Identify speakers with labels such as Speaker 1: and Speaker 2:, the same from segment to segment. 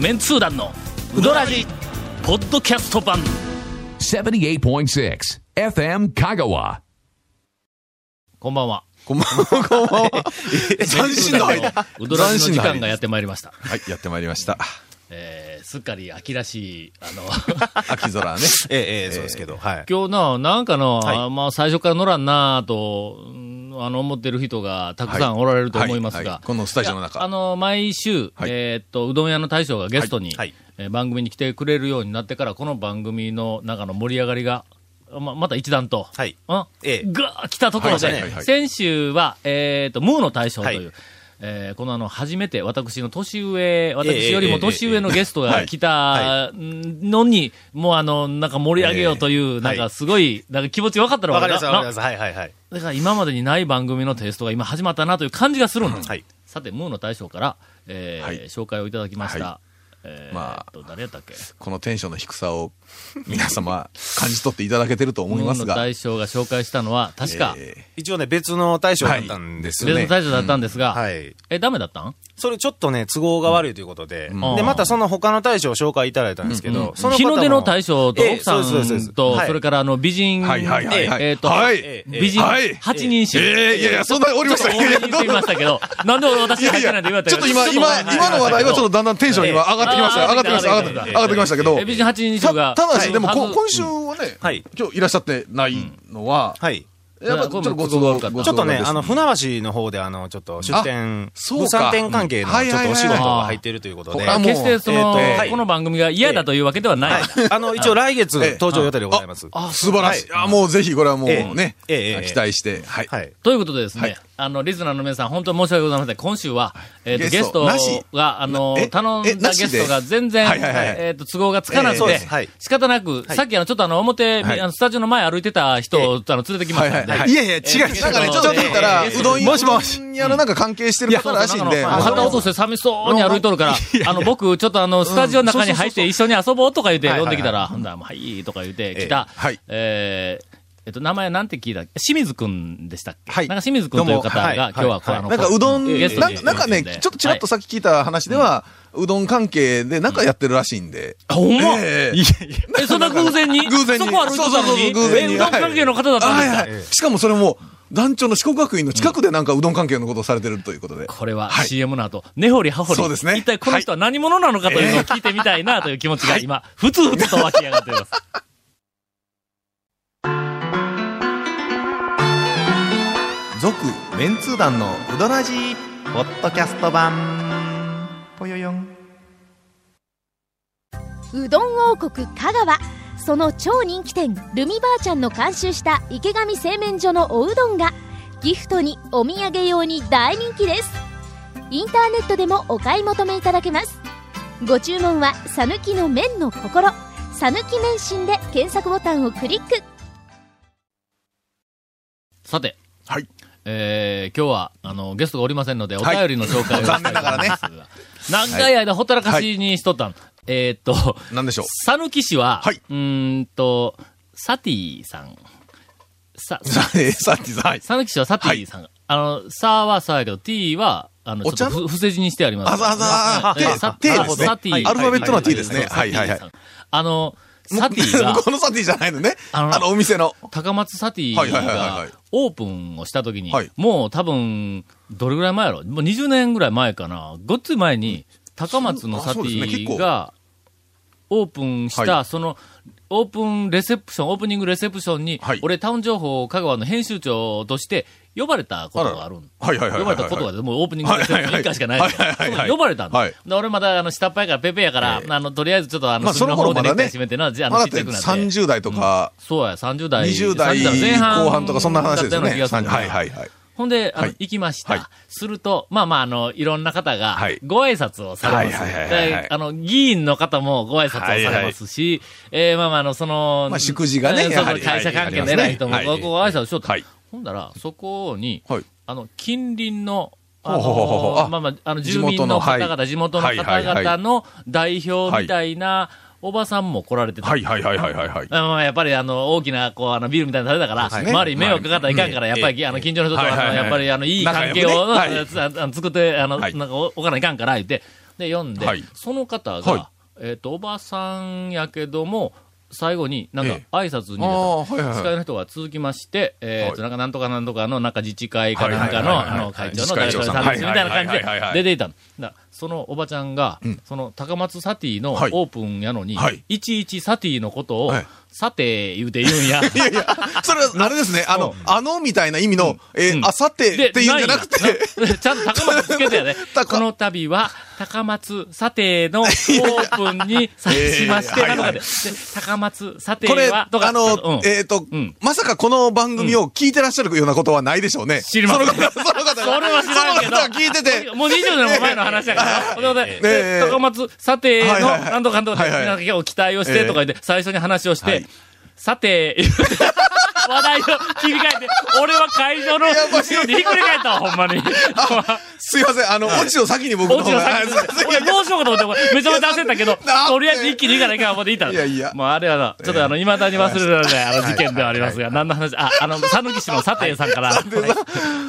Speaker 1: メンツー団のウドラジポッドキャスト版
Speaker 2: 78.6 FM Kagawa.
Speaker 1: こんばんは
Speaker 3: こんばんは、こんばんは。斬新な入り。
Speaker 1: ウドラジの時
Speaker 3: 斬新な入
Speaker 1: 間
Speaker 3: り
Speaker 1: がやってまいりました、
Speaker 3: はい、やってまいりました。
Speaker 1: えー、すっかり秋らしいあの
Speaker 3: 秋空ね。
Speaker 4: ええ、ええ、そうですけど、はい。
Speaker 1: 今日ななんかの、
Speaker 4: はい
Speaker 1: あまあ、最初から乗らんなぁとうんあの思ってる人がたくさんおられると思いますが、
Speaker 3: ははこのスタジオの中。
Speaker 1: あ
Speaker 3: は
Speaker 1: の、毎週、
Speaker 3: はい
Speaker 1: えーっと、うどん屋の大将がゲストに、
Speaker 4: はいはい
Speaker 1: えー番組に来てくれるようになってから、この番組の中の盛り上がりが、ままた一段と、
Speaker 4: はい
Speaker 1: うん
Speaker 4: ええ
Speaker 1: が来たところで、
Speaker 3: はいはいはい
Speaker 1: 先週は、えーっと、ムーの大将という、
Speaker 4: はい
Speaker 1: えーこのあの、初めて私の年上、私よりも年上のゲストが来たのに、もうあの、なんか盛り上げようという、
Speaker 4: え
Speaker 1: なんかすごい、なんか気持ち分かったの
Speaker 4: わかりました、わかり
Speaker 1: な
Speaker 4: ました。はい、はい、はい。
Speaker 1: だから今までにない番組のテイストが今始まったなという感じがするんです。
Speaker 4: はい。
Speaker 1: さて、ムーの大将から、えー
Speaker 3: はい
Speaker 1: 紹介をいただきました。
Speaker 3: は
Speaker 1: えー
Speaker 3: まあ
Speaker 1: えっと誰やったっけ
Speaker 3: このテンションの低さを皆様感じ取っていただけてると思い
Speaker 1: ム
Speaker 3: ま
Speaker 1: ーの
Speaker 3: すが。
Speaker 1: 大将が紹介したのは、確か、
Speaker 3: えー
Speaker 4: 一応ね、別の大将だったんですよ
Speaker 1: 別
Speaker 4: ね
Speaker 1: の。大将だったんですが、
Speaker 4: はい。
Speaker 1: え、ダメだったん
Speaker 4: それちょっとね、都合が悪いということで、
Speaker 1: ん
Speaker 4: で、またその他の大将を紹介いただいたんですけど、その
Speaker 1: 日
Speaker 4: 方も
Speaker 1: の出の大将と
Speaker 4: ええ
Speaker 1: 奥さん
Speaker 4: そうですそうです
Speaker 1: と、
Speaker 4: はい
Speaker 1: それからあの美人、
Speaker 3: はいはいはいはい
Speaker 1: えっと、
Speaker 3: はい
Speaker 4: ええ
Speaker 1: 美人
Speaker 3: はい
Speaker 1: 8人
Speaker 3: え
Speaker 1: 衆。
Speaker 3: ーいやいや、そんなおりました
Speaker 1: ちょっと多めに言ってみましたけど、なんで俺私
Speaker 3: い
Speaker 1: が入
Speaker 3: や
Speaker 1: っ
Speaker 3: い
Speaker 1: てない
Speaker 3: や、
Speaker 1: んで言われた
Speaker 3: ちょっと今、今、今の話題はちょっとだんだんテンション今上がってきました。
Speaker 1: あー
Speaker 3: 上がってきました。上
Speaker 1: 上が
Speaker 3: が
Speaker 1: っ
Speaker 3: って
Speaker 1: き
Speaker 3: て
Speaker 1: た
Speaker 3: きました上がってきましたけど。
Speaker 1: え美人8人衆が。
Speaker 3: たただし、でも、
Speaker 1: は
Speaker 3: こ
Speaker 1: ず
Speaker 3: 今週はね
Speaker 4: はい、
Speaker 3: 今日いらっしゃってないのは、
Speaker 4: はい。
Speaker 3: やっぱちょっとご都合
Speaker 1: いやこれも
Speaker 3: ご
Speaker 4: ちょ
Speaker 3: 都
Speaker 4: っ
Speaker 3: 合
Speaker 4: と
Speaker 3: が
Speaker 4: ね、
Speaker 3: です
Speaker 4: あの、船橋の方で、あの、ちょっと出店、
Speaker 3: そうか
Speaker 4: 物産展関係のちょっとお
Speaker 3: はいはいはい
Speaker 4: 仕事
Speaker 1: はい
Speaker 4: が入っているということで、
Speaker 3: あ
Speaker 4: は
Speaker 3: も
Speaker 4: い。
Speaker 3: う
Speaker 1: 決してその、
Speaker 4: えっとはい
Speaker 1: この番組が嫌だというわけではない。
Speaker 4: あの、一応来月
Speaker 3: ええ
Speaker 4: 登場予定でございます。
Speaker 3: あ素晴らしい。あ、もうぜひこれはもうね、
Speaker 4: ええええ
Speaker 3: 期待して、はい。
Speaker 4: はい。
Speaker 1: ということでですね、
Speaker 3: はい
Speaker 1: あの、リスナーの皆さん、本当に申し訳ございません。今週は、えっ、と、ゲ
Speaker 3: ゲ
Speaker 1: ス
Speaker 3: ス
Speaker 1: ト
Speaker 3: ト
Speaker 1: が、あの
Speaker 3: なえ、
Speaker 1: 頼ん
Speaker 3: え
Speaker 1: だ
Speaker 3: な
Speaker 1: ゲ
Speaker 3: しで
Speaker 1: ストが全然、
Speaker 3: はいはいはい
Speaker 1: えっ、と、都合がつかなく
Speaker 4: ええそう
Speaker 1: て
Speaker 4: ですはい、
Speaker 1: 仕方なく、さっきあの、ちょっとあの、表、
Speaker 3: はい
Speaker 1: あのスタジオの前歩いてた人を、あの、連れてきましたんで、
Speaker 3: はい
Speaker 5: いやいや、違う違う。
Speaker 3: なんかね、ちょっと聞いたら、うどん屋、うどん屋のなんか関係してる方らしいんで、
Speaker 1: あの
Speaker 3: もう
Speaker 1: 肩落として寂しそうに歩いとる から、あの、僕、ちょっとあの、スタジオの中に入って一緒に遊ぼうとか言って呼んできたら、ほんだら、もうはい、とか言って来た
Speaker 3: ええはい、
Speaker 1: えーえっと、名前なんて聞いたっけ清水くんでしたっけ
Speaker 3: はい
Speaker 1: なんか清水くんという方が、
Speaker 4: はい
Speaker 1: 今日はこう、あの、
Speaker 3: なんかうどん、
Speaker 1: ゲスト
Speaker 3: な
Speaker 1: に
Speaker 3: んなんかね、ちょっとちらっとさっき聞いた話では、うどん関係でなんかやってるらしいんで。
Speaker 1: ほんま
Speaker 3: ええ
Speaker 1: え、そんな偶然に
Speaker 3: 偶然に。
Speaker 1: そこ歩いてたのに
Speaker 3: そうそうそう偶然
Speaker 1: え
Speaker 3: に。
Speaker 1: うどん関係の方だったんですか、
Speaker 3: はいはいはいしかもそれも、団長の四国学院の近くでなんかうどん関係のことをされてるということで。
Speaker 1: これは
Speaker 3: はい
Speaker 1: CM の後、根掘り葉掘り。
Speaker 3: そうですね
Speaker 1: 一体この人は何者なのかというのを聞いてみたいなという気持ちが今、ふつふつと湧き上がっています。
Speaker 5: 続、メンツー団のウドラジポッドキャスト版。ぽよよん。
Speaker 6: うどん王国香川その超人気店ルミばあちゃんの監修した池上製麺所のおうどんがギフトにお土産用に大人気ですインターネットでもお買い求めいただけますご注文は「さぬきの麺の心」「さぬき麺心」で検索ボタンをクリック
Speaker 1: さて。
Speaker 3: はい
Speaker 1: えー、今日は、あの、ゲストがおりませんので、お便りの紹介を、
Speaker 3: 残念ながらね。
Speaker 1: 長い間、ほったらかしにしとったん。えーっと、
Speaker 3: なんでしょう。
Speaker 1: さぬき市は、
Speaker 3: はいう
Speaker 1: ーんと、サティさん。さ、
Speaker 3: さえーさっきさ、はい
Speaker 1: さぬき市はサティさんが。あの、さはさやけど、t は、あの、
Speaker 3: お
Speaker 1: ちょ
Speaker 3: 茶
Speaker 1: っ
Speaker 3: の
Speaker 1: とふ伏せ字にしてあります。
Speaker 3: あざあざあ
Speaker 1: えー
Speaker 3: て
Speaker 1: さ
Speaker 3: て
Speaker 1: あ
Speaker 3: ですね
Speaker 1: サティ
Speaker 3: アルファベットの T ですね
Speaker 1: そうそう
Speaker 3: はいはいはい
Speaker 1: サティさんあの、サティが
Speaker 3: 向こ、うのサティじゃないのね。
Speaker 1: あの
Speaker 3: あの、お店の。
Speaker 1: 高松サティ
Speaker 3: はいはいはいはいは
Speaker 1: が
Speaker 3: い
Speaker 1: オープンをしたときに
Speaker 3: はい、
Speaker 1: もう多分、どれぐらい前やろもう20年ぐらい前かな。ごっつい前に、高松のサテ
Speaker 3: そうですね
Speaker 1: ィ
Speaker 3: 結
Speaker 1: がオープンし
Speaker 3: は
Speaker 1: た、その、オープンレセプション、オープニングレセプションに
Speaker 3: はい、
Speaker 1: 俺タウン情報香川の編集長として呼ばれたことがあるん
Speaker 3: はいはいはいはいはい。
Speaker 1: 呼ばれたことが、もうオープニングで1回しかない
Speaker 3: はいはいはいはいはい
Speaker 1: 呼ばれたんだ。
Speaker 3: はい
Speaker 1: で俺まだあの下っ端やからペペやから、あの、とりあえずちょっとあ
Speaker 3: ま
Speaker 1: の、
Speaker 3: あその頃まだね
Speaker 1: 隅の方でネクタイ締めてな、じゃあ
Speaker 3: ま
Speaker 1: あ
Speaker 3: だ
Speaker 1: の、ち
Speaker 3: っ
Speaker 1: っち
Speaker 3: て
Speaker 1: ゃくなって。
Speaker 3: 30代とか、
Speaker 1: そうや、30代。
Speaker 3: 20代
Speaker 1: 30前半。
Speaker 3: 後半とかそんな話ですよね。
Speaker 1: だったうな気がる
Speaker 3: 30はいはいはい。
Speaker 1: ほんで、あの、
Speaker 3: はい
Speaker 1: 行きました、
Speaker 3: はい
Speaker 1: すると、まあまあ、あの、いろんな方が
Speaker 3: はい、
Speaker 1: ご挨拶をされます。
Speaker 3: はいはいはいはいはい
Speaker 1: であの、議員の方もご挨拶をされますし、えーまあまあ、あの、その、
Speaker 3: まあ祝辞が
Speaker 1: え
Speaker 3: ね
Speaker 1: ー
Speaker 3: や
Speaker 1: そ
Speaker 3: は
Speaker 1: う
Speaker 3: り
Speaker 1: そう会社関係の
Speaker 3: はいありますね
Speaker 1: 偉い人も
Speaker 3: はい
Speaker 1: ご、ご挨拶をしようと、
Speaker 3: はい
Speaker 1: ほんだら、そこに、
Speaker 3: はい
Speaker 1: あの、近隣の、あの
Speaker 3: ほうほうほうほうあ
Speaker 1: まあまあ、あの、
Speaker 3: 地
Speaker 1: 住民
Speaker 3: 元
Speaker 1: の
Speaker 3: のは
Speaker 1: 方
Speaker 3: い
Speaker 1: 々、地元の方
Speaker 3: はいはいは
Speaker 1: 々
Speaker 3: い
Speaker 1: の代表みたいな、おばさんも来られてた。
Speaker 3: はいはいはいはいはいはい。
Speaker 1: あまあやっぱりあの、大きな、こう、あの、ビールみたいなの食べたから、
Speaker 3: すね
Speaker 1: 周りに迷惑かかったらいかんから、やっぱり、あの、近所の人とは、
Speaker 3: はいはい
Speaker 1: あ
Speaker 3: は
Speaker 1: の
Speaker 3: い
Speaker 1: やっぱり、あの、いい関係を、
Speaker 3: 仲良くねはい
Speaker 1: つあの作って、あの、
Speaker 3: はい
Speaker 1: なんか、おおかないかんから、言って、で、読んで、
Speaker 7: はい
Speaker 1: その方が、
Speaker 7: は
Speaker 1: えっ、と、おばさんやけども、最後になんか
Speaker 7: ええ
Speaker 1: 挨拶に出た
Speaker 3: ああ、はいはい
Speaker 1: 使
Speaker 3: はい
Speaker 1: の人が続きまして、えーと、
Speaker 7: は
Speaker 1: なんかなんとかなんとかの、なんか自治会かなんかの、あ
Speaker 7: はいはいはいはい
Speaker 1: の、会長
Speaker 7: 自
Speaker 1: の
Speaker 7: 治会
Speaker 1: 誰
Speaker 7: 長
Speaker 1: 々
Speaker 7: さん
Speaker 1: さんですみたいな感じ
Speaker 7: はいはいはいはい
Speaker 1: で出ていたの。だからそのおばちゃんが、その高松サティのオ
Speaker 7: はい
Speaker 1: ープンやのに、
Speaker 7: はいい、
Speaker 1: ちいちサティのことを
Speaker 3: はい、
Speaker 1: さて言うて言うん や。
Speaker 3: いやいや、それは、あれですね、あの、あのみたいな意味の、え
Speaker 1: う
Speaker 3: ー、
Speaker 1: ん
Speaker 3: あさて
Speaker 1: で
Speaker 3: っていうんじゃなくて、
Speaker 1: ないなちゃんと高松つけて やね
Speaker 3: 高。
Speaker 1: この度は、高松査定のオープンにさしまして、なのかで、で高松査定
Speaker 3: これ、
Speaker 1: は
Speaker 3: あ、
Speaker 1: とか、
Speaker 3: の、
Speaker 1: うん
Speaker 3: えっと
Speaker 1: うん、
Speaker 3: まさかこの番組を聞いてらっしゃるようなことはないでしょうね。
Speaker 1: 知りません
Speaker 3: その方、その方が、
Speaker 1: それは知らんけど
Speaker 3: その方が聞いてて、
Speaker 1: もう20年も前の話だから。ということで、
Speaker 3: ええ
Speaker 1: で高松、査定の、
Speaker 3: はいはいはい
Speaker 1: なんとかなんとかで、
Speaker 3: はいはい
Speaker 1: なんか今日期待をしてとか言って、最初に話をし
Speaker 3: は
Speaker 1: て
Speaker 3: い、
Speaker 1: さて、言うて 話題を切り替えて、俺は会場の後ろでひっくり返ったわ、ほんまに。
Speaker 3: すいません、あの、オチを先に僕
Speaker 1: お
Speaker 3: の
Speaker 1: うち
Speaker 3: 方
Speaker 1: の
Speaker 3: が。
Speaker 1: 先
Speaker 3: はい
Speaker 1: に
Speaker 3: すいませんいや
Speaker 1: 俺どうしようかと思って、俺めちゃめちゃ焦ったけど
Speaker 3: いやだっ、て
Speaker 1: とりあえず一気に行かないかん思って行ったら。
Speaker 3: いやいや
Speaker 1: もうあれはな、ちょっとあの、未だに忘れられない、あの事件ではありますが、何の話、あ、あの、さぬき市の佐藤さんから、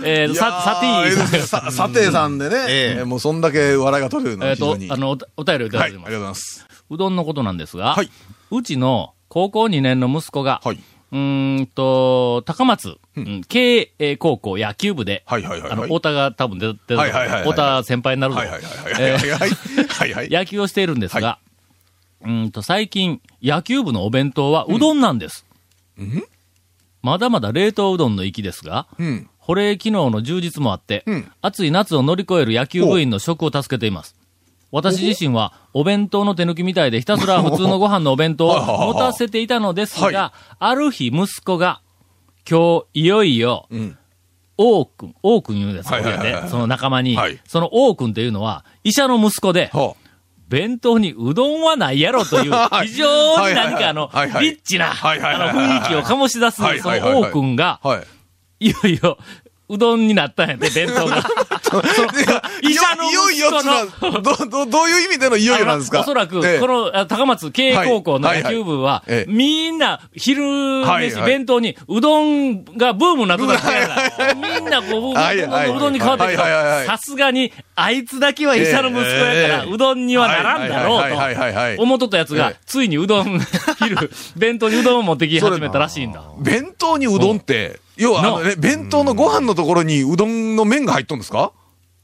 Speaker 1: えー、
Speaker 3: いや
Speaker 1: さ、さてぃさん
Speaker 3: ーささてさんでね、
Speaker 4: ええ
Speaker 3: えーもうそんだけ笑いが取れるの
Speaker 1: え
Speaker 3: は
Speaker 1: っ
Speaker 3: 非常
Speaker 1: と
Speaker 3: に。、
Speaker 1: あ
Speaker 3: はい、
Speaker 1: の、おお便りをいただ
Speaker 3: あ
Speaker 1: い
Speaker 3: り
Speaker 1: てお
Speaker 3: が
Speaker 1: り
Speaker 3: とう
Speaker 1: ま
Speaker 3: ご
Speaker 1: す。
Speaker 3: ざいます。
Speaker 1: うどんのことなんですが、
Speaker 3: はいう
Speaker 1: ちの高校2年の息子が、
Speaker 3: はいう
Speaker 1: ーんと、高松、うん経営高校野球部で、
Speaker 3: はいはいはいはい
Speaker 1: あの、太田が多分出てる、
Speaker 3: はいはいはいはい
Speaker 1: 太田先輩になるぞ、
Speaker 3: はいはいはいはいはい。はいはい。
Speaker 1: 野球をしているんですが、うーんと、最近、野球部のお弁当はうどんなんです。まだまだ冷凍うどんの域ですが、
Speaker 3: うん。
Speaker 1: 保冷機能の充実もあって、
Speaker 3: うん
Speaker 1: 暑い夏を乗り越える野球部員の食を助けています。私自身は、お弁当の手抜きみたいでひたすら普通のご飯のお弁当 を持たせていたのですが、ある日息子が、今日いよいよ、
Speaker 3: ん
Speaker 1: 王くん、王くん言うんですよ、
Speaker 3: はいはいはいはい
Speaker 1: これねその仲間に、
Speaker 3: はい
Speaker 1: その王くんというのは、医者の息子で、
Speaker 3: は
Speaker 1: 弁当にうどんはないやろという、
Speaker 3: はい
Speaker 1: 非常に何かあの
Speaker 3: はいはいは、い
Speaker 1: リッチな、あ
Speaker 3: はいはいはいはい
Speaker 1: の、雰囲気を醸し出す、そ
Speaker 3: はいはいはいはい
Speaker 1: の王くんが
Speaker 3: あ。、はい。
Speaker 1: いよいよ、うどんになったんや で、弁当が。医者の
Speaker 3: いよいよ
Speaker 1: 息子の
Speaker 3: ってのはど、ど、どういう意味でのいよいよなんです
Speaker 1: あ
Speaker 3: か
Speaker 1: のおそらく、
Speaker 3: ええ
Speaker 1: このあ高松経営高校の
Speaker 3: はい
Speaker 1: 野球部は
Speaker 3: はいはい、ええ
Speaker 1: みんな昼
Speaker 3: はい
Speaker 1: 飯、
Speaker 3: はい
Speaker 1: 弁当にうどんがブームになってたわけやから、みんなこう、
Speaker 3: はいはい
Speaker 1: うどんに変わってる
Speaker 3: はいはいはいはい
Speaker 1: さすがに、あいつだけは医者の息子やから、
Speaker 3: ええ
Speaker 1: うどんにはならんだろ
Speaker 3: はいは
Speaker 1: う
Speaker 3: いはいはいはい
Speaker 1: と、思っとったやつが
Speaker 3: ええ、
Speaker 1: ついにうどん、昼、弁当にうどんを持ってき始めたらしい んだ。
Speaker 3: 弁当にうどんって、要はあの、
Speaker 1: な
Speaker 3: ね、弁当のご飯のところにうどんの麺が入っとんですか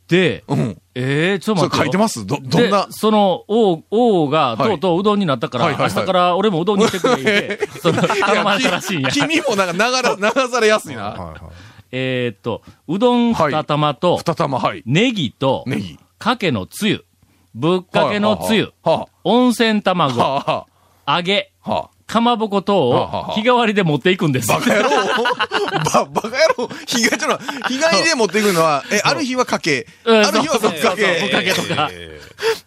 Speaker 1: で、
Speaker 3: うん。
Speaker 1: ええちょっと待っ
Speaker 3: それ
Speaker 1: てよ。
Speaker 3: 書いてますど、どんな
Speaker 1: で、。その、王、王が、
Speaker 3: はい
Speaker 1: とうとううどんになったから、
Speaker 3: はいはいはい
Speaker 1: 明日から俺もうどんにしてくれ 言って、その、頼まれたらしいんや
Speaker 3: き。君もなんか流れ、流されやすいな。
Speaker 1: えーっと、うどん二玉と、
Speaker 3: 二玉、はい。
Speaker 1: ネギと、
Speaker 3: ネギ。
Speaker 1: かけのつゆ、ぶっかけのつゆ、
Speaker 3: は
Speaker 1: 温泉
Speaker 3: あ、
Speaker 1: 卵、
Speaker 3: はあ、は
Speaker 1: 揚げ、
Speaker 3: あ、はあ。
Speaker 1: かまぼこ等
Speaker 3: はあはあ
Speaker 1: を
Speaker 3: はあ
Speaker 1: 日替わりで持っていくんです。
Speaker 3: バカ野郎 ば、バカ野郎日帰りの、日帰りで持ってくるのは、え、ある日はかけ、
Speaker 1: うん
Speaker 3: ある日はぶ
Speaker 1: そうそ
Speaker 3: っか
Speaker 1: うそうぶっ
Speaker 3: け。
Speaker 1: かけとか。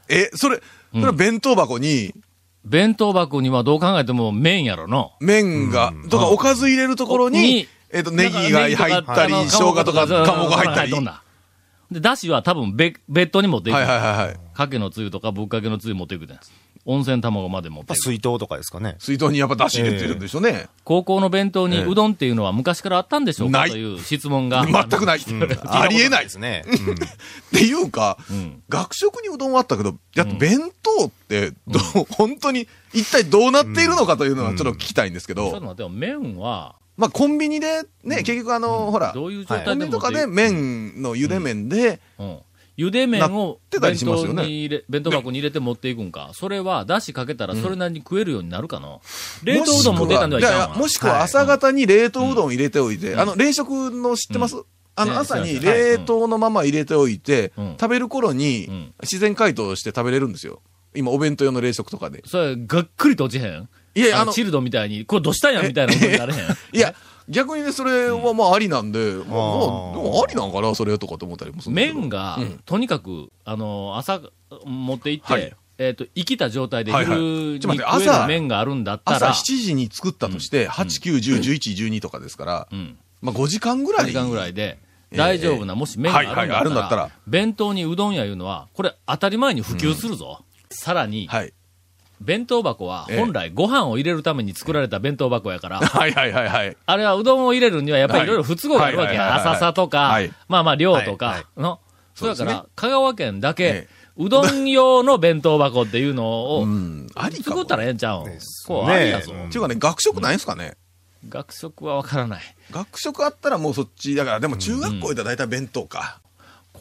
Speaker 3: え、それ、それは弁当箱に、
Speaker 1: 弁当箱にはどう考えても麺やろの。
Speaker 3: 麺が、とかおかず入れるところ
Speaker 1: に
Speaker 3: に、えっと、ネギが入ったり、
Speaker 1: なん
Speaker 3: 生
Speaker 1: かネギ
Speaker 3: 姜とか、
Speaker 1: あの
Speaker 3: かもが入ったり。
Speaker 1: と
Speaker 3: は
Speaker 1: ん
Speaker 3: い
Speaker 1: だで、だしは多分べ別途に持っていく
Speaker 3: はい。はいはい。
Speaker 1: かけのつゆとかぶっかけのつゆ持っていくで。温泉卵まで持っていく。
Speaker 4: 水筒とかですかね。
Speaker 3: 水筒にやっぱ出汁入れてるんでしょうね。
Speaker 1: 高校の弁当にうどんっていうのは昔からあったんでしょうか
Speaker 3: ない
Speaker 1: という質問が。
Speaker 3: 全く
Speaker 1: い。
Speaker 3: ない。ありえない
Speaker 4: で
Speaker 3: ですす。
Speaker 4: ね。
Speaker 3: っていうか
Speaker 1: ん、
Speaker 3: 学食にうどんはあったけど、やっぱ弁当って、どう本当に一体どうなっているのかというのはちょっと聞きたいんですけ
Speaker 1: ちょっと
Speaker 3: ど、
Speaker 1: 待ってよ、麺は、
Speaker 3: まあコンビニでね、結局あの、ほら、
Speaker 1: どういう状
Speaker 3: コ
Speaker 1: 態
Speaker 3: ンビ
Speaker 1: で
Speaker 3: ニと
Speaker 1: も
Speaker 3: かで麺の茹で麺で、
Speaker 1: うん。ゆで麺を
Speaker 3: なってた
Speaker 1: 弁
Speaker 3: りします
Speaker 1: 当
Speaker 3: よね
Speaker 1: に入れ、弁当箱に入れて持っていくんか。それは、だしかけたらそれなりに食えるようになるかの。冷凍うどん持っていたんではいかんわ
Speaker 3: ややもしくは朝方に冷凍うどん入れておいて、あの、冷食の知ってます、あ
Speaker 1: ね
Speaker 3: の、朝に
Speaker 1: 知らない
Speaker 3: 冷凍のまま入れておいて、
Speaker 1: うん
Speaker 3: 食べる頃
Speaker 1: う
Speaker 3: に
Speaker 1: ん
Speaker 3: 自然解凍して食べれるんですよ。今、お弁当用の冷食とかで。
Speaker 1: それ、がっくりと落ちへん
Speaker 3: いやいや
Speaker 1: あ
Speaker 3: あ
Speaker 1: の、
Speaker 3: の
Speaker 1: チルドみたいに、これどうしたんやみたいなことになれへん。
Speaker 3: いや、逆にね、それはまあありなんで、まあ、まあ、でもありなんかな、それとかと思ったりもするんだけど
Speaker 1: 麺が、
Speaker 3: うん
Speaker 1: とにかく、あの、朝、持って行って、
Speaker 3: はい
Speaker 1: えっ、と、生きた状態で
Speaker 3: はい
Speaker 1: 昼
Speaker 3: はい
Speaker 1: に
Speaker 3: ち
Speaker 1: 食
Speaker 3: ょっ
Speaker 1: え
Speaker 3: と待って
Speaker 1: る
Speaker 3: 朝
Speaker 1: 麺があるんだった
Speaker 3: 朝
Speaker 1: ら、
Speaker 3: 7時に作ったとして、8、9、10、11、12とかですから、
Speaker 1: うん、
Speaker 3: まあ5時間ぐ
Speaker 1: 1
Speaker 3: らい。
Speaker 1: 時間ぐらいで、
Speaker 3: ええ
Speaker 1: 大丈夫な、もし麺があるんだったら,、
Speaker 3: はいはいあるんだったら
Speaker 1: 弁当にうどんやいうのは、これ当たり前に普及するぞ。さらに、
Speaker 3: はい。
Speaker 1: 弁当箱は
Speaker 3: ええ
Speaker 1: 本来ご飯を入れるために作られた弁当箱や から、
Speaker 3: はいはいはいはい。
Speaker 1: あれはうどんを入れるにはやっぱり
Speaker 3: はい
Speaker 1: いろいろ不都合があるわけ
Speaker 3: はいはい
Speaker 1: や。
Speaker 3: はいはい
Speaker 1: 浅さとか
Speaker 3: はい、
Speaker 1: まあまあ量と
Speaker 4: はいは
Speaker 1: か
Speaker 4: い
Speaker 1: の。そうやか
Speaker 3: そうです
Speaker 1: ら、香川県だけ
Speaker 3: え、
Speaker 1: うどん用の弁当箱っていうのを、
Speaker 3: ありか
Speaker 1: 作
Speaker 3: も。
Speaker 1: ったらええんちゃうん。
Speaker 4: す
Speaker 1: こう、ありや
Speaker 4: ね
Speaker 1: ぞ。
Speaker 3: っていうかね、学食ないんすかね
Speaker 1: 学食はわからない。
Speaker 3: 学食あったらもうそっち、だからでも中学校行ったら大体弁当か。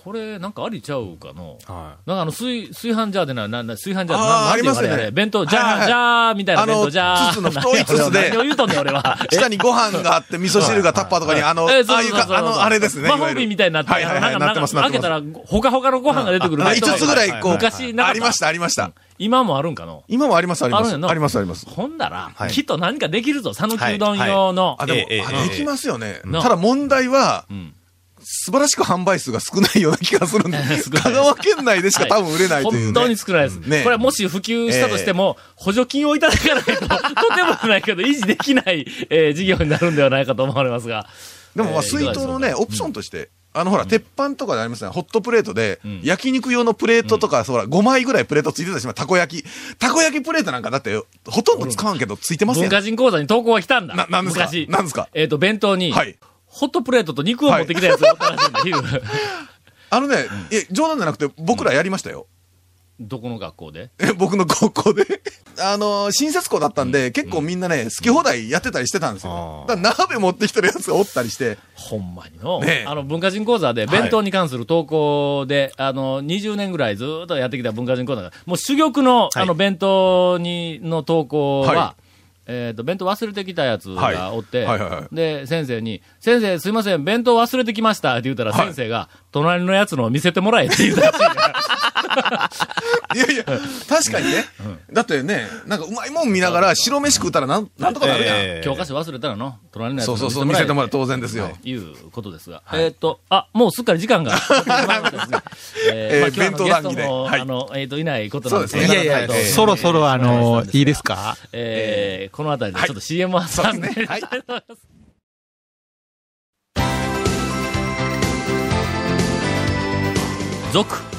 Speaker 1: これ、なんかありちゃうかの。
Speaker 4: は
Speaker 1: なんかあの、炊、炊飯ジャーでな、な、な、炊飯ジャーで
Speaker 3: あー
Speaker 1: な、なんていう
Speaker 3: ありますよね
Speaker 1: あれ弁当、
Speaker 3: い
Speaker 1: ジャー、
Speaker 3: はいはい
Speaker 1: ジャーみたいな
Speaker 3: あの
Speaker 1: 弁当、ジャー。
Speaker 3: 筒の太い筒で
Speaker 1: 何を言うとんねん、俺は。
Speaker 3: 下にご飯があって、味噌汁がタッパ ーとかに、あの、ああ
Speaker 1: え
Speaker 3: い
Speaker 1: えそうそう
Speaker 3: う
Speaker 1: そう
Speaker 3: か、
Speaker 1: そう
Speaker 3: あの、あれですね。
Speaker 1: 魔
Speaker 3: いわ
Speaker 1: 法
Speaker 3: ゆる
Speaker 1: 瓶みたいになって、
Speaker 3: はいはいはい
Speaker 1: なんか
Speaker 3: なってます
Speaker 1: なんか
Speaker 3: なってます
Speaker 1: 開けたら、ほかほかのご飯が出てくる。
Speaker 3: あ、5つぐらい、こう、
Speaker 1: 昔なかった
Speaker 3: ありました、ありました。
Speaker 1: 今もあるんかの。
Speaker 3: 今もあります、ありま
Speaker 1: あ
Speaker 3: す。
Speaker 1: るんやな
Speaker 3: あります、あります。
Speaker 1: ほんなら、
Speaker 4: はい
Speaker 1: きっと何かできるぞ、讃岐うどん用の。
Speaker 3: あ、でも、
Speaker 4: ええええ
Speaker 3: あできますよね。
Speaker 1: な
Speaker 3: ただ問題は、
Speaker 1: ん
Speaker 3: 素晴らしく販売数が少ないような気がするんで
Speaker 1: 少、ない
Speaker 3: 香川県内でしか
Speaker 1: はい
Speaker 3: 多分売れないという、
Speaker 1: 本
Speaker 3: ね
Speaker 1: 当に少ないです。
Speaker 3: ね
Speaker 1: これはもし普及したとしても、補助金をいただかないと、 とてもじゃないけど、維持できない、えー事業になるんではないかと思われますが。
Speaker 3: でもまあ
Speaker 1: えー
Speaker 3: 水筒のね、
Speaker 1: いかがでしょうか
Speaker 3: オプションとして、あのほら、鉄板とかでありますね、ホットプレートで、
Speaker 1: ん
Speaker 3: 焼肉用のプレートとか、ほら、5枚ぐらいプレートついてたし、まあたこ焼き。たこ焼きプレートなんかだって、ほとんど使わんけど、ついてますや
Speaker 1: 文
Speaker 3: ん。は
Speaker 1: 化人講座に投稿が来たんだ。
Speaker 3: ななんですか
Speaker 1: 昔。
Speaker 3: なんですか
Speaker 1: えっ、と、弁当に、
Speaker 3: い。
Speaker 1: ホットプレートと肉を持ってきたやつがおったらしいんだ、昼。
Speaker 3: あのね、え、冗談じゃなくて、僕らやりましたよ。
Speaker 1: どこの学校で
Speaker 3: え僕の高校で。あのー、新設校だったんで、結構みんなね、好き放題やってたりしてたんですよ。だから鍋持ってきてるやつがおった りして、
Speaker 1: ほんまにの、
Speaker 3: ねえ
Speaker 1: あの、文化人講座で弁当に関する投稿で、あの、20年ぐらいずーっとやってきた文化人講座が、もう珠玉の、あの、弁当に、の投稿は、
Speaker 3: は
Speaker 1: えっ、と、弁当忘れてきたやつがおって、
Speaker 3: はいはいはいは
Speaker 1: で、先生に、先生すいません、弁当忘れてきましたって言ったら、
Speaker 3: はい
Speaker 1: 先生が、隣のやつのを見せてもらえって言うたらしいから
Speaker 3: いやいや、確かにね。だってね、なんかうまいもん見ながら、白飯食うたらなん、なんと かなるやん。
Speaker 4: ええ
Speaker 1: 教科書忘れたらの、隣のやつの
Speaker 3: そう
Speaker 1: を
Speaker 3: そうそう、見せてもらう当然です
Speaker 1: と
Speaker 3: よ。
Speaker 1: いうことですが、えーっと、あ、もうすっかり時間が。 え
Speaker 3: え
Speaker 1: ー
Speaker 3: ー
Speaker 1: 今日の
Speaker 3: 弁当談義で
Speaker 1: ゲストも
Speaker 3: はい
Speaker 1: あの、えーっと、いないことなんです
Speaker 3: そうです
Speaker 5: いやいや、そろそろあの、いいですか
Speaker 1: えーこの辺りでちょっと CM を挟んで、
Speaker 3: はいそう
Speaker 1: 続、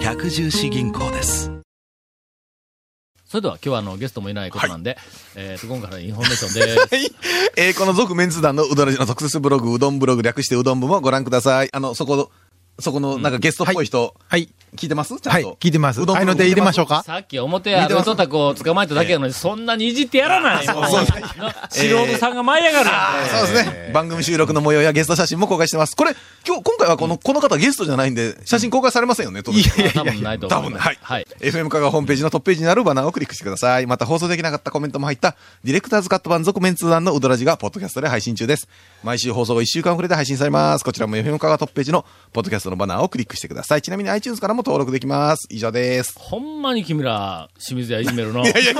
Speaker 7: 百十四銀行です
Speaker 1: それでは今日はあのゲストもいないことなんで、えーと、今回のインフォメーション です。
Speaker 3: えーこの続メンツ団のうどらじの特設ブログ、うどんブログ略してうどん部もご覧ください。あの、そこ、そこのなんかゲストっぽい人、
Speaker 5: はい。
Speaker 3: 聞いてますちゃ
Speaker 5: は
Speaker 3: ん
Speaker 5: い。
Speaker 3: と。
Speaker 5: 聞いてます。
Speaker 3: うどん
Speaker 5: あ
Speaker 3: ブ
Speaker 5: い
Speaker 3: ロ
Speaker 5: の
Speaker 3: グ
Speaker 5: で入れましょうか。
Speaker 1: さっき表やウトタコを捕まえただけやのに、そんなにいじってやらない。もう素人さんが舞い上がる。
Speaker 3: そうですね。番組収録の模様やゲスト写真も公開してます。これ、今日、今回はこの、この方ゲストじゃないんで、写真公開されませんよね、当然
Speaker 1: 多分ないと
Speaker 3: 多
Speaker 1: 思い
Speaker 3: 分ね、
Speaker 1: ます。
Speaker 3: はい。FM カがホームページのトップページにあるバナーをクリックしてください。また放送できなかったコメントも入った、ディレクターズカット版続面通談のウドラジが、ポッドキャストで配信中です。毎週放送が1週間遅れて配信されます。こちらも FM カがトップページの、ポッドキャストのバナーをクリックしてください。ちなみに iTunes からも登録できます。以上です。
Speaker 1: ほんまに君ら、清水屋いじめるの。
Speaker 3: 何を読んで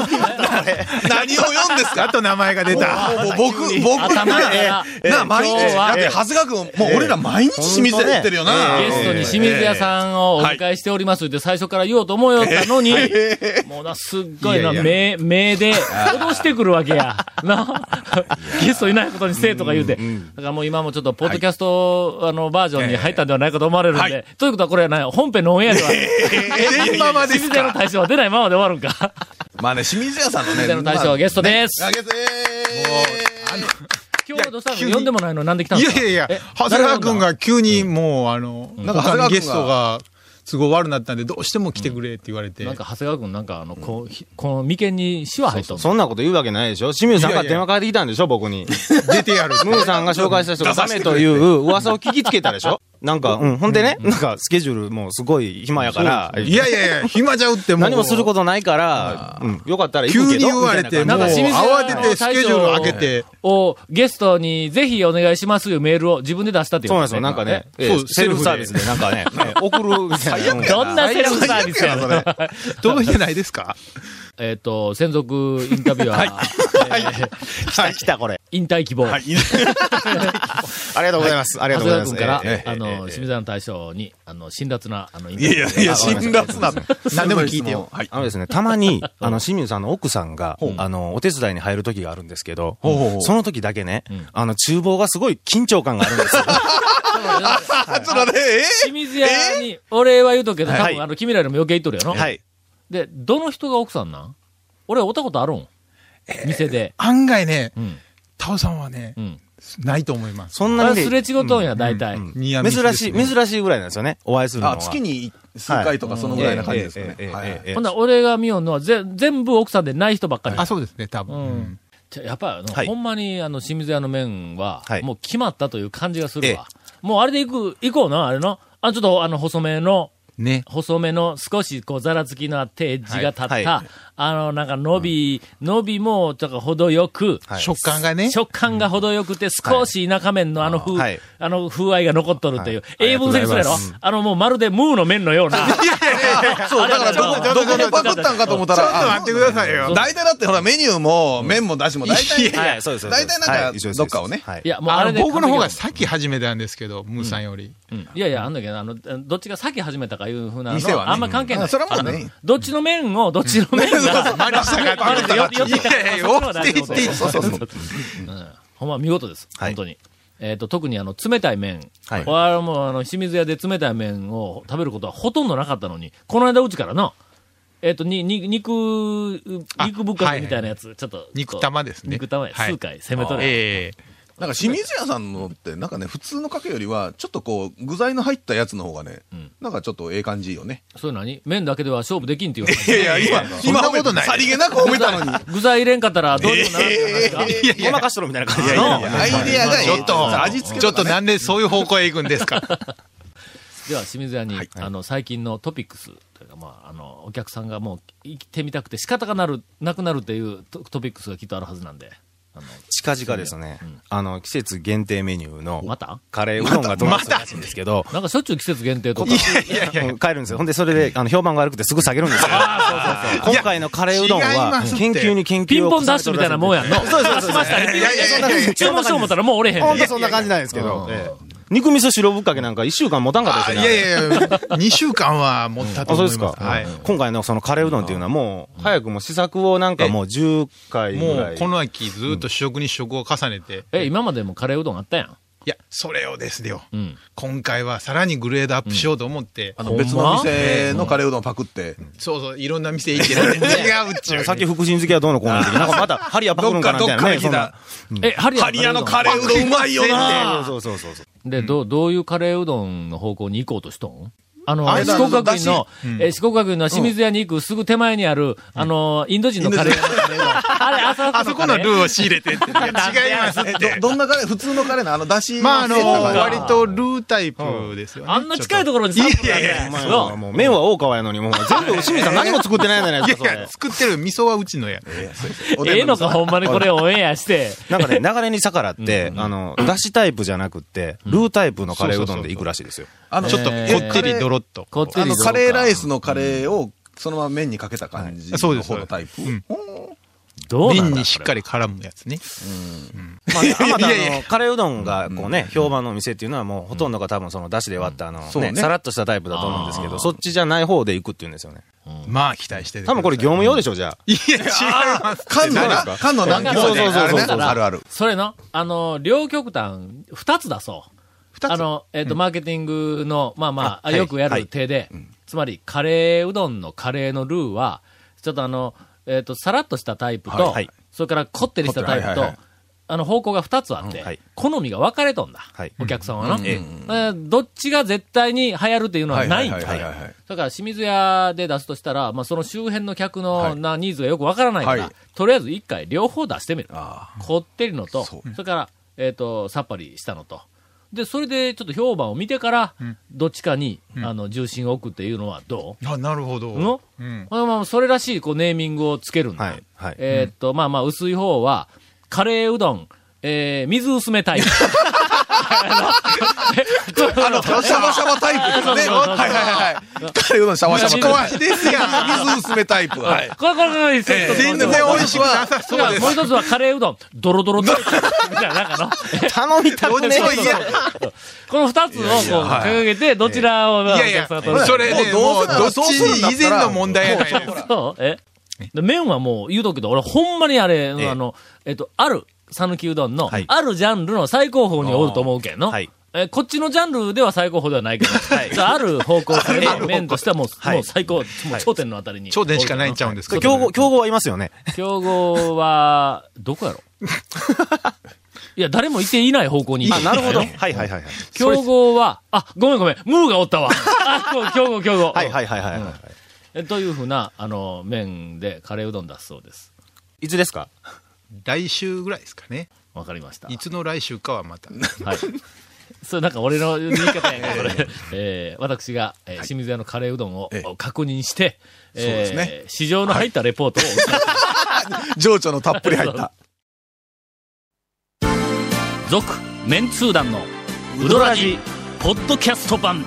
Speaker 3: す
Speaker 5: あ
Speaker 3: か
Speaker 5: と名前が出た。
Speaker 3: もう僕、僕、
Speaker 1: 頭から
Speaker 3: なあ、毎
Speaker 1: 今
Speaker 3: 日、
Speaker 1: 日は
Speaker 3: だって、長谷川君、もう俺ら毎日清水でやってるよな。
Speaker 1: ゲストに清水屋さんをお迎えしておりますって最初から言おうと思うよったのに、もうな、すっごいな、目、目で脅してくるわけや。な、ゲストいないことにせえとか言うて。だからもう今もちょっと、ポッドキャスト、あの、バージョンに入ったんではないかと思われるんで、ということはこれはね、本編のオンエアでは、
Speaker 3: 現場まで
Speaker 1: 清水屋の大賞は出ないままで終わるんか。
Speaker 3: まあね、清水屋さんの
Speaker 1: 清
Speaker 3: ね。
Speaker 1: 水屋の大賞ゲストです
Speaker 3: まあねあゲストです
Speaker 1: 今日はどうしたの呼んでもないのになんで来たん
Speaker 5: い
Speaker 1: ですか
Speaker 5: やいやいや
Speaker 1: え、
Speaker 5: 長谷川くんが急にもう、あの、
Speaker 3: んなん
Speaker 5: 他
Speaker 3: か長谷川
Speaker 5: の
Speaker 3: 君が
Speaker 5: ゲストが都合悪くなったんで、どうしても来てくれって言われて。
Speaker 1: なんか、長谷川君、なんか、あの、こう、ひこの眉間にシワ入っとんの
Speaker 4: そんなこと言うわけないでしょ清水さんから
Speaker 5: いやいや
Speaker 4: 電話かかってきたんでしょ僕に。
Speaker 5: 出てやる。
Speaker 4: ムーさんが紹介した人がダメという噂を聞きつけたでしょなんか、うん。ほんでね、なんかスケジュールもすごい暇やから、
Speaker 5: いやいやいや、暇じゃうってもう。
Speaker 4: 何もすることないから、うん。よかったら行
Speaker 5: 急
Speaker 4: く
Speaker 5: に
Speaker 4: けど。
Speaker 5: 言われて、
Speaker 4: み
Speaker 5: も
Speaker 4: た
Speaker 5: う
Speaker 4: いな感じで
Speaker 5: 慌ててスケジュール開けて。
Speaker 1: をゲストにぜひお願いしますというメールを自分で出したっていう。
Speaker 4: そうなんですよ。なんかね、え
Speaker 5: そう
Speaker 4: えセルフサービスで、なんかね、ええ送るみたいな。う ん
Speaker 1: どんなセルフサービスや ねん
Speaker 5: 届いてないですか
Speaker 1: えっと、専属インタビュアー、えー
Speaker 4: 来た、来た、これ。
Speaker 1: 引退希望。
Speaker 4: ありがとうございます。ありが
Speaker 1: 長
Speaker 4: と
Speaker 1: 谷
Speaker 4: うござい
Speaker 1: 川
Speaker 4: ます
Speaker 1: 君。から
Speaker 4: ええええ、
Speaker 1: あのの、清水屋の大将に、あの、辛辣な、あの、い
Speaker 3: いやいやいや、辛辣な。
Speaker 4: 何でも聞いてよ。
Speaker 3: はい。
Speaker 4: あのですね、た まに、あの、清水さんの奥さんが、あの、お手伝いに入る時があるんですけど、
Speaker 3: ほうほうほう
Speaker 4: その時だけね、
Speaker 1: ん
Speaker 4: あの、厨房がすごい緊張感があるん ですよ。
Speaker 3: あ、ちょっと待って、え
Speaker 1: 清水屋に、お礼は言うとくけど、多
Speaker 4: はい
Speaker 1: 分、あの、君らよりも余計言っとるやろ
Speaker 4: はい。
Speaker 1: で、どの人が奥さんなん俺、おったことあるん店で。
Speaker 8: 案外ね、
Speaker 1: うん。
Speaker 8: タオさんはね
Speaker 1: う、ん。
Speaker 8: ないと思います。
Speaker 4: そんな
Speaker 1: あ
Speaker 4: に
Speaker 1: れ、
Speaker 4: です
Speaker 1: れ違うとんや、大体。
Speaker 4: うん
Speaker 8: ニアミスで
Speaker 4: 珍
Speaker 8: す
Speaker 4: し
Speaker 8: ね
Speaker 4: い、珍しいぐらいなんですよね、お会いするの
Speaker 3: ー
Speaker 4: は。
Speaker 3: あ、月に数回とかそのぐらいな感じですかね。
Speaker 4: ええええええ
Speaker 3: はい
Speaker 4: ええええ
Speaker 1: ほんなら俺が見よんのは、ぜ、全部奥さんでない人ばっかり。
Speaker 8: あ、そうですね、多分。
Speaker 1: う
Speaker 8: うんん
Speaker 1: じゃやっぱりあの、
Speaker 4: はい
Speaker 1: ほんまに、あの、清水屋の麺は、
Speaker 4: はい
Speaker 1: もう決まったという感じがするわ。
Speaker 4: え
Speaker 1: もうあれで行く、行こうな、あれの。あ、ちょっと、あの、細めの、
Speaker 8: ね。
Speaker 1: 細めの、少し、こう、ざらつきのあって、エッジが立った、
Speaker 4: はいはい
Speaker 1: あの、なんか、伸び、伸びも、ちょっと程よく、
Speaker 4: はい
Speaker 8: 食感がね。
Speaker 1: 食感が程よくて、少し田舎麺のあの風、
Speaker 4: はい
Speaker 1: あの風合いが残っとるという。
Speaker 4: はい
Speaker 1: 英文的にするやろ
Speaker 4: ありがとうございます
Speaker 1: あの、もうまるでムーの麺のような。
Speaker 3: そう、だからどこ、どこでパクったんかと思ったら、ちょっと待ってくださいよ大体だってほら、メニューも、麺も出汁も、大体、
Speaker 4: いやいやそうです。そうで
Speaker 3: 大
Speaker 4: す
Speaker 3: 体なんか
Speaker 4: はい一緒です
Speaker 3: どっかをね
Speaker 4: はい
Speaker 1: いや、もうあ
Speaker 8: あ
Speaker 1: れ
Speaker 8: の
Speaker 1: で。
Speaker 8: 僕の方が先始めたんですけど、ムーさんより。
Speaker 1: うんいやいや、あんだけど、あの、どっちが先始めたかいうふうな
Speaker 3: 店
Speaker 1: の
Speaker 3: は
Speaker 1: は、
Speaker 3: ね
Speaker 1: あんま関係ない。
Speaker 3: それはもうね
Speaker 1: あのどっちの麺を、どっちの麺が、
Speaker 8: ありしたが
Speaker 1: あ
Speaker 8: って
Speaker 1: れでよってよって
Speaker 8: いやいや
Speaker 1: そう
Speaker 8: 追っていっていい
Speaker 1: そうそうそう そううんほんま見事です。
Speaker 4: はい
Speaker 1: 本当に。えっと、特にあの、冷たい麺。
Speaker 4: はい
Speaker 1: 我々もあの、清水屋で冷たい麺を食べることはほとんどなかったのに、この間うちからな、えっと、に、に、肉、
Speaker 8: あ
Speaker 1: 肉ぶっかけみたいなやつ、ちょっと。
Speaker 8: 肉玉ですね
Speaker 1: 肉玉や、
Speaker 8: はい
Speaker 1: 数回攻めとるや
Speaker 8: え
Speaker 3: なんか清水屋さんのって、なんかね、普通のかけよりは、ちょっとこう、具材の入ったやつの方がね、なんかちょっとええ感じよね。
Speaker 1: つ。そういうのに麺だけでは勝負できんっていう話。
Speaker 3: やいや、今、今ことない。さりげなく 褒めたのに。
Speaker 1: 具材入れんかったらどうにもならんって話が。
Speaker 4: いやいやごまかしとるみたいな感じで。
Speaker 1: の
Speaker 3: アイデアがええ
Speaker 8: え。ちょっと、
Speaker 3: 味付け
Speaker 8: ちょっ
Speaker 3: か
Speaker 8: と
Speaker 3: ね
Speaker 8: なんでそういう方向へ行くんですか。
Speaker 1: では清水屋に、あの最近のトピックスというか、まあ、あのお客さんがもう行ってみたくて仕方がなるなくなるっていうトトピックスがきっとあるはずなんであの
Speaker 4: 近々ですね、あの、季節限定メニューの、
Speaker 1: また
Speaker 4: カレーうどんがどうなるらしいんですけど、
Speaker 1: なんかしょっちゅう季節限定とか
Speaker 4: うん帰るんですよ。ほんで、それで、あの、評判が悪くてすぐ下げるんですよ。 今回のカレーうどん
Speaker 8: いや違い
Speaker 4: は
Speaker 8: ま、すって
Speaker 4: 研究に研
Speaker 1: ピ
Speaker 4: 究
Speaker 1: ン
Speaker 4: を
Speaker 1: ポ
Speaker 4: 重
Speaker 1: ン
Speaker 4: ねて
Speaker 1: ダッシュみたいなもんやんの
Speaker 4: そうですそうですそうです。
Speaker 1: いやいやいやいや注文しよう思ったらもう折れへん
Speaker 4: ほん
Speaker 1: で
Speaker 4: とそんな感じなんですけど、ええ肉味噌白ぶっかけなんか一週間持たんかったです
Speaker 8: い
Speaker 4: よ
Speaker 8: や
Speaker 4: ね。
Speaker 8: いやいや、2週間は持ったと
Speaker 4: あ、そ
Speaker 8: 思
Speaker 4: う
Speaker 8: い
Speaker 4: で
Speaker 8: ますす。
Speaker 4: か。
Speaker 8: はい。
Speaker 4: 今回のそのカレーうどんっていうのはもう、早くも試作をなんかもう10回ぐ
Speaker 8: も
Speaker 4: ら
Speaker 8: う
Speaker 4: い。
Speaker 8: この秋ずっと試食に試食を重ねて、
Speaker 1: え今までもカレーうどんあったやん
Speaker 8: いや、それをですよ、
Speaker 1: うん
Speaker 8: 今回はさらにグレードアップしようと思って、
Speaker 3: あの、別の店のカレーうどんパクって。
Speaker 8: そうそう、いろんな店行って、全然違うっちゅうね。
Speaker 4: さっき福神漬けはどうのこうのってなんか また、ハリアパクるんかなみたいなね。そんな
Speaker 1: えハリ
Speaker 3: リアの
Speaker 1: カ
Speaker 3: カ
Speaker 1: レ
Speaker 3: レーうどんうまいよな。
Speaker 4: そうそうそう
Speaker 1: ー
Speaker 4: そう。
Speaker 1: うどんでどうどういうカレーうどんの方向に行こうとしとんあの、
Speaker 3: あれだ
Speaker 1: 四国学院の
Speaker 3: だしう、
Speaker 1: え四国学院の清水屋に行くすぐ手前にある、あの、インド人のカレー屋のカレーうどん。あれ、朝
Speaker 8: あそこのルーを仕入れてって、いや違いますって。
Speaker 3: えど、どんなカレー普通のカレーのあの、だし
Speaker 8: まあ、あの、割
Speaker 3: 割と。
Speaker 8: とルータイプですよね。
Speaker 1: あんな近いところに
Speaker 8: ちょっ
Speaker 1: 散歩
Speaker 8: いや
Speaker 1: なん
Speaker 8: い
Speaker 1: て
Speaker 8: やいや、
Speaker 1: す
Speaker 4: もう
Speaker 1: ごい
Speaker 4: もう麺は大川やのに、もう全部、清水さん何も作ってないじゃないですか、
Speaker 8: いや
Speaker 4: そ
Speaker 8: いや
Speaker 4: れ。
Speaker 8: 作ってる味噌はうちのや。
Speaker 1: ええのか、ほんまにこれオンエアして。
Speaker 4: なん かね、流れに逆らって、あの、だしタイプじゃなくって、ルータイプのカレーうどんで行くらしいですよ。
Speaker 3: あの、
Speaker 8: ちょっとこってりドロッと。
Speaker 1: こって
Speaker 3: あ
Speaker 1: り
Speaker 3: の、
Speaker 1: どうか
Speaker 3: カレーライスのカレーを、そのまま麺にかけた感じの
Speaker 8: そうです
Speaker 3: 方のタイプ。
Speaker 8: うん
Speaker 1: どうな
Speaker 8: 瓶
Speaker 1: んだ
Speaker 8: にしっかり絡むやつね。
Speaker 4: まあ、あまたあ
Speaker 8: いやい
Speaker 4: の、カレーうどんが、こうね、評判の店っていうのはもう、ほとんどが多分その、だしで割った、あの、
Speaker 3: そうね
Speaker 4: ねさらっとしたタイプだと思うんですけど、そっちじゃない方で行くっていうんですよね。
Speaker 8: まあ、期待しててください
Speaker 4: 多分これ業務用でしょ、じゃあ。
Speaker 8: いや、違います。
Speaker 3: 缶の
Speaker 8: 何
Speaker 3: な、缶の何
Speaker 1: そうそうそうそう
Speaker 3: あれねあるある。
Speaker 1: それの、あの、両極端、二つだそう。
Speaker 8: 二つ
Speaker 1: あの、えっと、マーケティングの、まあまあ、
Speaker 4: はい
Speaker 1: よくや
Speaker 4: は
Speaker 1: る
Speaker 4: い
Speaker 1: 手で、つまり、カレーうどんのカレーのルーは、ちょっとあの、えっと、さらっとしたタイプ
Speaker 4: はい
Speaker 1: と
Speaker 4: はい、
Speaker 1: それからこってりしたタイプ
Speaker 3: こってりはい
Speaker 1: と
Speaker 3: はいはい、
Speaker 1: あの、方向が二つあっ
Speaker 4: う
Speaker 1: て
Speaker 4: んはい、
Speaker 1: 好みが分かれとんだ
Speaker 4: はい。
Speaker 1: お客さんはな。
Speaker 4: ん
Speaker 1: えーどっちが絶対に流行るっていうのはないんだ
Speaker 3: はいはいはいはいはい
Speaker 1: だから清水屋で出すとしたら、まあ、その周辺の客
Speaker 3: は
Speaker 1: の
Speaker 3: い
Speaker 1: なニーズがよくわからないから、
Speaker 3: はい
Speaker 1: とりあえず一回両方出してみる。
Speaker 3: あ
Speaker 1: こってりのと、そ
Speaker 3: そ
Speaker 1: れから、えっ、と、さっぱりしたのと。で、それでちょっと評判を見てから、どっちかに、あの、重心を置くっていうのはど
Speaker 8: あ、なるほ
Speaker 1: うの
Speaker 8: ど。、うん。
Speaker 1: まあまあそれらしい、こう、ネーミングをつけるんだ。
Speaker 4: はい。はい。
Speaker 1: えっ、と、まあまあ、薄い方は、 カレーうどん、えー、水薄めタイプ。
Speaker 3: あの、シャバシャバタイプですね。はいはいはいはい。彼のシャバシャバタイプ。ですやん。水薄めタイプ。はい。
Speaker 1: これこれこれ、セットセ
Speaker 3: 全
Speaker 1: ット
Speaker 3: 然美味しくなさ
Speaker 1: それからもう一つはカレーうどん。ドロドロドロ。みたいな、なんかの。
Speaker 4: 頼みたくね
Speaker 3: そういや
Speaker 1: この二つをこう掲げて、どちらを、
Speaker 8: いやいや、
Speaker 1: お客さんが取る
Speaker 8: それね、
Speaker 3: も
Speaker 8: も
Speaker 3: う
Speaker 8: う、
Speaker 3: ど
Speaker 8: ど
Speaker 3: う
Speaker 8: っ
Speaker 3: せ
Speaker 8: ち
Speaker 3: ならそうするんだったら
Speaker 8: 以前の問題やないですか。
Speaker 1: そうえで麺はもう言うとくけど、俺ほんまにあれ、あの、えっと、ある、讃岐うどんの、
Speaker 4: はい
Speaker 1: あるジャンルの最高峰におると思うけんの。
Speaker 4: はい
Speaker 1: えこっちのジャンルでは最高峰ではないけど、そうある方向性で麺としてはもう、
Speaker 4: はい
Speaker 1: もう最高、もう頂点のあたりに。
Speaker 8: 頂点しかないんちゃうんですか
Speaker 4: 競合、競合はいますよね。
Speaker 1: 競合は、どこやろいや、誰もいていない方向に行
Speaker 4: あ、
Speaker 1: く
Speaker 4: なる ほど。はいはいはいはい。
Speaker 1: 競合は、あ、ごめんごめん、ムーがおったわ。あ、もう競合、競合。
Speaker 4: はいはいはいはいはい。
Speaker 1: えというふうな、あの、麺でカレーうどん出すそうです。
Speaker 4: いつですか
Speaker 8: 来週ぐらいですかね。
Speaker 1: わかりました。
Speaker 8: いつの来週かはまた。
Speaker 1: はい。それなんか俺の言い方やね、それ。えー私が、えー清水屋のカレーうどんを
Speaker 3: ええ
Speaker 1: 確認して、え
Speaker 3: そうで
Speaker 1: ー市場の入ったレポートを、
Speaker 3: 情緒のたっぷり入った。
Speaker 1: 続、メンツー団のウドラジ、ポッドキャスト版。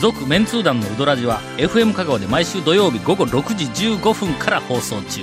Speaker 1: 続、メンツー団のウドラジは、FM 香川で毎週土曜日午後6時15分から放送中。